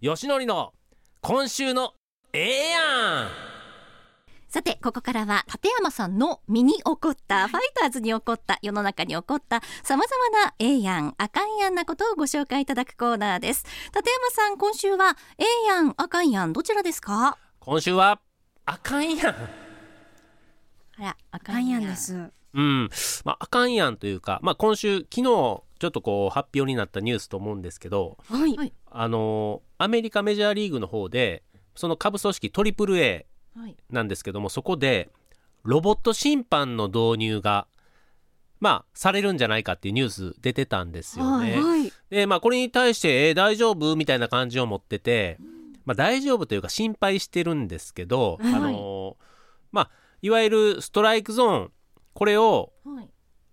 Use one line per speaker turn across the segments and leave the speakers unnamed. よしのりの今週のええやん
さて、ここからは、立山さんの身に起こった、ファイターズに起こった、世の中に起こった、様々な A やん、あかんやんなことをご紹介いただくコーナーです。立山さん、今週は、A やん、あかんやん、どちらですか
今週はあかん やん
あら、あか
ガ
ん
ン
や
ヤ
ん
ン
で。
ですす。
うんまああかんやんというかまあ今週昨日ちょっとこう発表になったニュースと思うんですけど
はい。
はい
あのアメリカメジャーリーグの方でその下部組織 AAA
はい。
なんですけどもそこでロボット審判の導入がまあされるんじゃないかっていうニュース出てたんですよね。
はい。
でまあこれに対して「えー大丈夫?」みたいな感じを持ってて、まあ、大丈夫というか心配してるんですけど、
はい
あのーまあいわゆるストライクゾーンこれを
はい。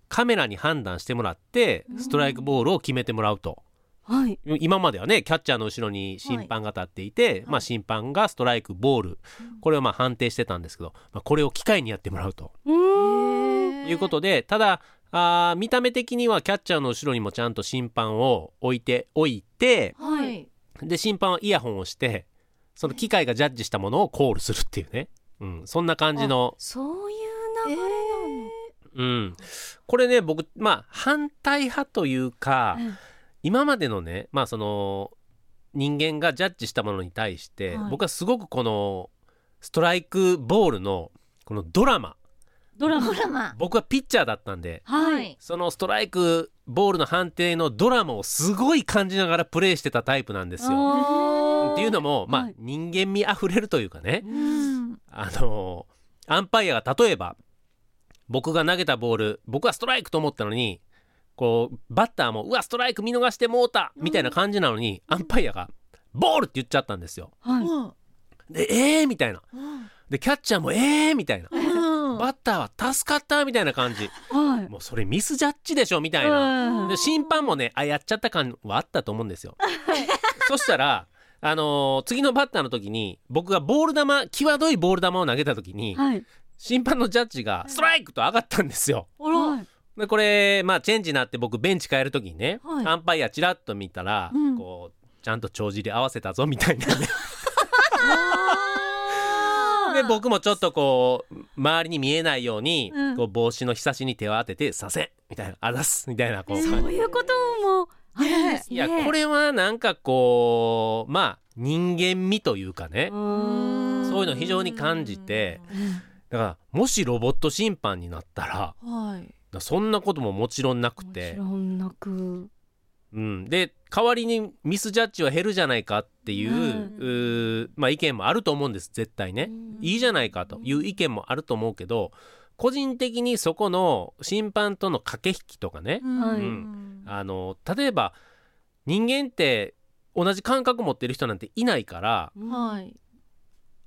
カメラに判断してもらってストライクボールを決めてもらうと。
はい。
今まではねキャッチャーの後ろに審判が立っていて、まあ、審判がストライクボールこれをまあ判定してたんですけど、まあ、これを機械にやってもらうと
うーん。
いうことでただあー見た目的にはキャッチャーの後ろにもちゃんと審判を置いておいて
はい。
で審判はイヤホンをしてその機械がジャッジしたものをコールするっていうね、うん、そんな感じの、
そういう流れ
うん、これね僕まあ反対派というか、
うん
今までのねまあその人間がジャッジしたものに対して、
はい
僕はすごくこのストライクボールのこのドラマ
ドラ
ド
マ。
ラマ。
僕はピッチャーだったんで
は。
はいい。
そのストライクボールの判定のドラマをすごい感じながらプレーしてたタイプなんですよ。
よ
っていうのも、まあ
はい
人間味あふれるというかね
うん。
あのアンパイアが例えば僕が投げたボール僕はストライクと思ったのにこうバッターも「うわストライク見逃してもうた」みたいな感じなのに、アンパイアが「ボール!」って言っちゃったんですよ。
はい。
で「えー!」みたいな。でキャッチャーも「えー!」みたいな。バッターは助かったみたいな感じ
はい。
もうそれミスジャッジでしょみたいな
は
で審判もねあやっちゃった感はあったと思うんですよ。そしたら、あのー次のバッターの時に僕がボール球際どいボール球を投げた時に
い。はい。
審判のジャッジがストライクと上がったんですよ。
あら。
でこれまあチェンジになって僕ベンチ変える時にね、
はい
アンパイアちらっと見たら、
うん
こうちゃんと帳尻合わせたぞみたいな、 ね、
あ
で僕もちょっとこう周りに見えないように、
うん
こう帽子のひさしに手を当てて「させん」みたいな「あざっす」みたいなこう
そういうこともあるんです
い
ね。
やこれはなんかこうまあ人間味というかね
うーん。
そういうの非常に感じて
うん
だからもしロボット審判になったら
はい。
そんなことももちろんなく
もち
て
ろ、んなく。
うん、で代わりにミスジャッジは減るじゃないかっていう,、
うん
うーまあ、意見もあると思うんです絶対ね
うん
いいじゃないかという意見もあると思うけど個人的にそこの審判との駆け引きとかね
はい
うん
あの例えば人間って同じ感覚持ってる人なんていないから
い。
はい。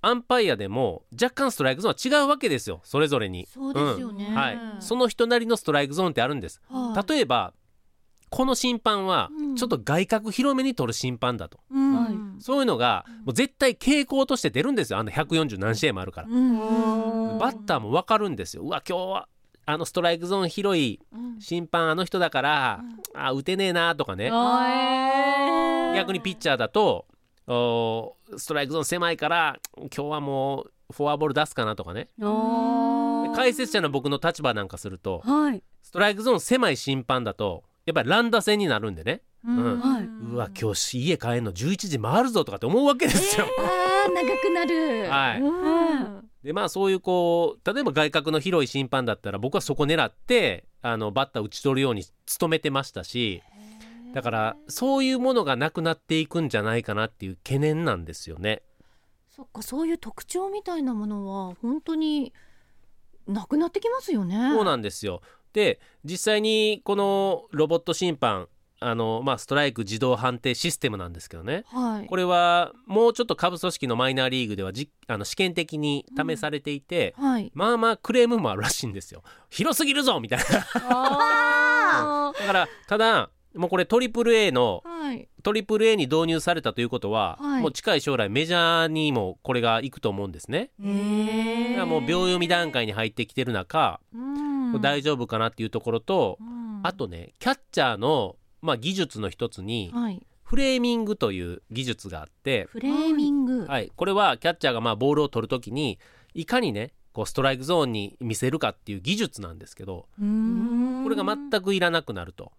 アンパイアでも若干ストライクゾーンは違うわけですよそれぞれに、
そうですよね。
うん
はい、その人なりのストライクゾーンってあるんです、
はい
例えばこの審判は
うん
ちょっと外角広めに取る審判だと、
うん
はい
そういうのがもう絶対傾向として出るんですよあの140何試合もあるから、
うん
バッターも分かるんですようわ今日はあのストライクゾーン広い
うん
審判あの人だから、あ打てねえなとかね
あー
逆にピッチャーだとおーストライクゾーン狭いから今日はもうフォアボール出すかなとかね
あー
解説者の僕の立場なんかすると
はい。
ストライクゾーン狭い審判だとやっぱり乱打戦になるんでね、うん
はいう
わ今日家帰んの11時回るぞとかって思うわけですよ。
あー長くなる。
はい
うん
でまあそういうこう例えば外角の広い審判だったら僕はそこ狙ってあのバッター打ち取るように努めてましたしだからそういうものがなくなっていくんじゃないかなっていう懸念なんですよね。
そっかそういう特徴みたいなものは本当になくなってきますよね。
そうなんですよ。で実際にこのロボット審判あの、まあ、ストライク自動判定システムなんですけどね
はい。
これはもうちょっと下部組織のマイナーリーグではじあの試験的に試されていて、
はい。
まあまあクレームもあるらしいんですよ。広すぎるぞみたいな。
あ
だからただもうこれ AAA の
はい。
AAA に導入されたということは、
はい
もう近い将来メジャーにもこれが行くと思うんですね。だからもう秒読み段階に入ってきてる中、
うん
大丈夫かなっていうところと、
うん
あとねキャッチャーの、まあ、技術の一つに
はい。
フレーミングという技術があって、
フレーミング、
はい、これはキャッチャーがまあボールを取るときにいかにねこうストライクゾーンに見せるかっていう技術なんですけど
うーん
これが全くいらなくなると。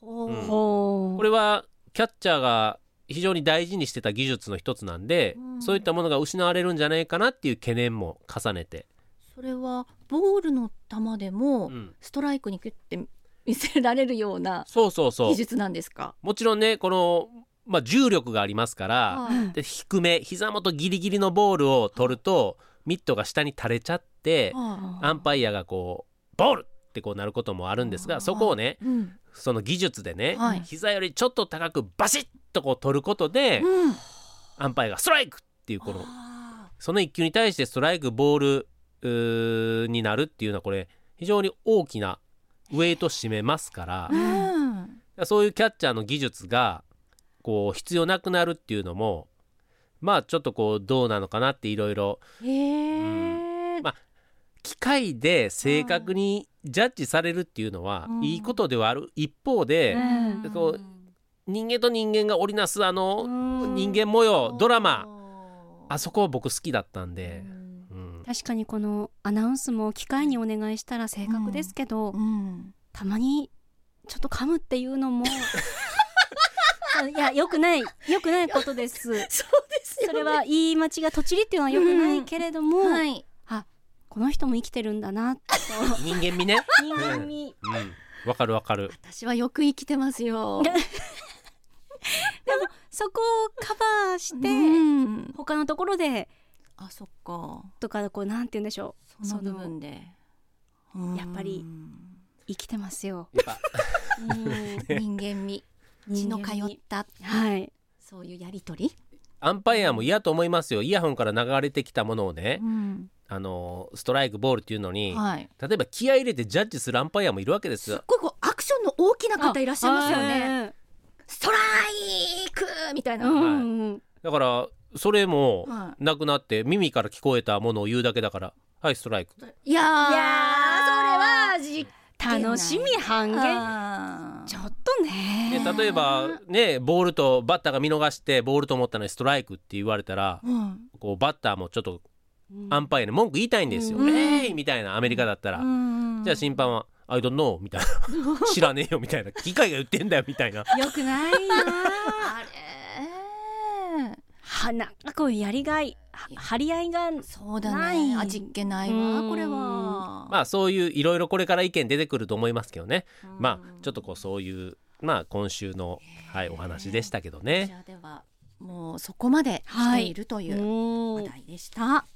ほう
うん
ほう
これはキャッチャーが非常に大事にしてた技術の一つなんで、
うん
そういったものが失われるんじゃないかなっていう懸念も重ねて、
それはボールの球でも
うん
ストライクにキュッて見せられるような
そうそうそう
技術なんですか
もちろんねこの、まあ、重力がありますから、
はい
で低め膝元ギリギリのボールを取るとミットが下に垂れちゃって、
は
アンパイアがこうボールってこうなることもあるんです
あ
が
ー
そこをね
うん
その技術でね、
はい
膝よりちょっと高くバシッとこう取ることで、アンパイアがストライクっていうこの
あ
その一球に対してストライクボールうーになるっていうのはこれ非常に大きなウェイト占めますから
ーうん
そういうキャッチャーの技術がこう必要なくなるっていうのもまあちょっとこうどうなのかなっていろいろ
へえ
ま機械で正確にジャッジされるっていうのは
うん
いいことではある一方で
うん
こう人間と人間が織りなすあの
うん
人間模様ドラマあ
あ
そこ僕好きだったんで
う、ん
うん、
確かにこのアナウンスも機械にお願いしたら正確ですけど、
うん
たまにちょっと噛むっていうのも あいや良くない良くないことです
そうですよね
それは言い間違いとちりっていうのは良くないけれども、
はい
この人も生きてるんだなと
人間味ね。
人間味
うん、わかるわかる。
私はよく生きてますよ
そこをカバーして、
うん
他のところで
あそっか
とかこうなんて言うんでしょ
その部分でうん
やっぱりう生きてますよ
やっぱ
う
人
ん
間味血の通
人間
っ
味
た
はい
そういうやりとり
アンパイアも嫌と思いますよ。イヤホンから流れてきたものをね、
うん
あのストライクボールっていうのに、
はい
例えば気合い入れてジャッジするアンパイアもいるわけです
すっ
よ。
ごいこうアクションの大きな方いらっしゃいますよね
ね
ストライクみたいな、
うんうんうん
だからそれも
は
なくなって耳から聞こえたものを言うだけだから、はいストライク。
いやー
いや
それは実
楽しみ半減
験
ちょっと
で
ね
例えばねボールとバッターが見逃してボールと思ったのにストライクって言われたら、
うん
こうバッターもちょっと
うん
アンパイアに文句言いたいんですよ。
うん
えいみたいなアメリカだったら。
うん
じゃあ審判は「I don't know」みたいな 「知らねえよ」みたいな「機械が言ってんだよ」みたいな
よくないな
あれー
はなんかこうやりがいは張り合いが
そうだ
ない
ね味っ気ないわ
うん
これは
まあそういういろいろこれから意見出てくると思いますけどね
うん
まあちょっとこうそういうまあ今週の、はい、お話でしたけどね
じ。ゃあではもうそこまで来ているという話題でした、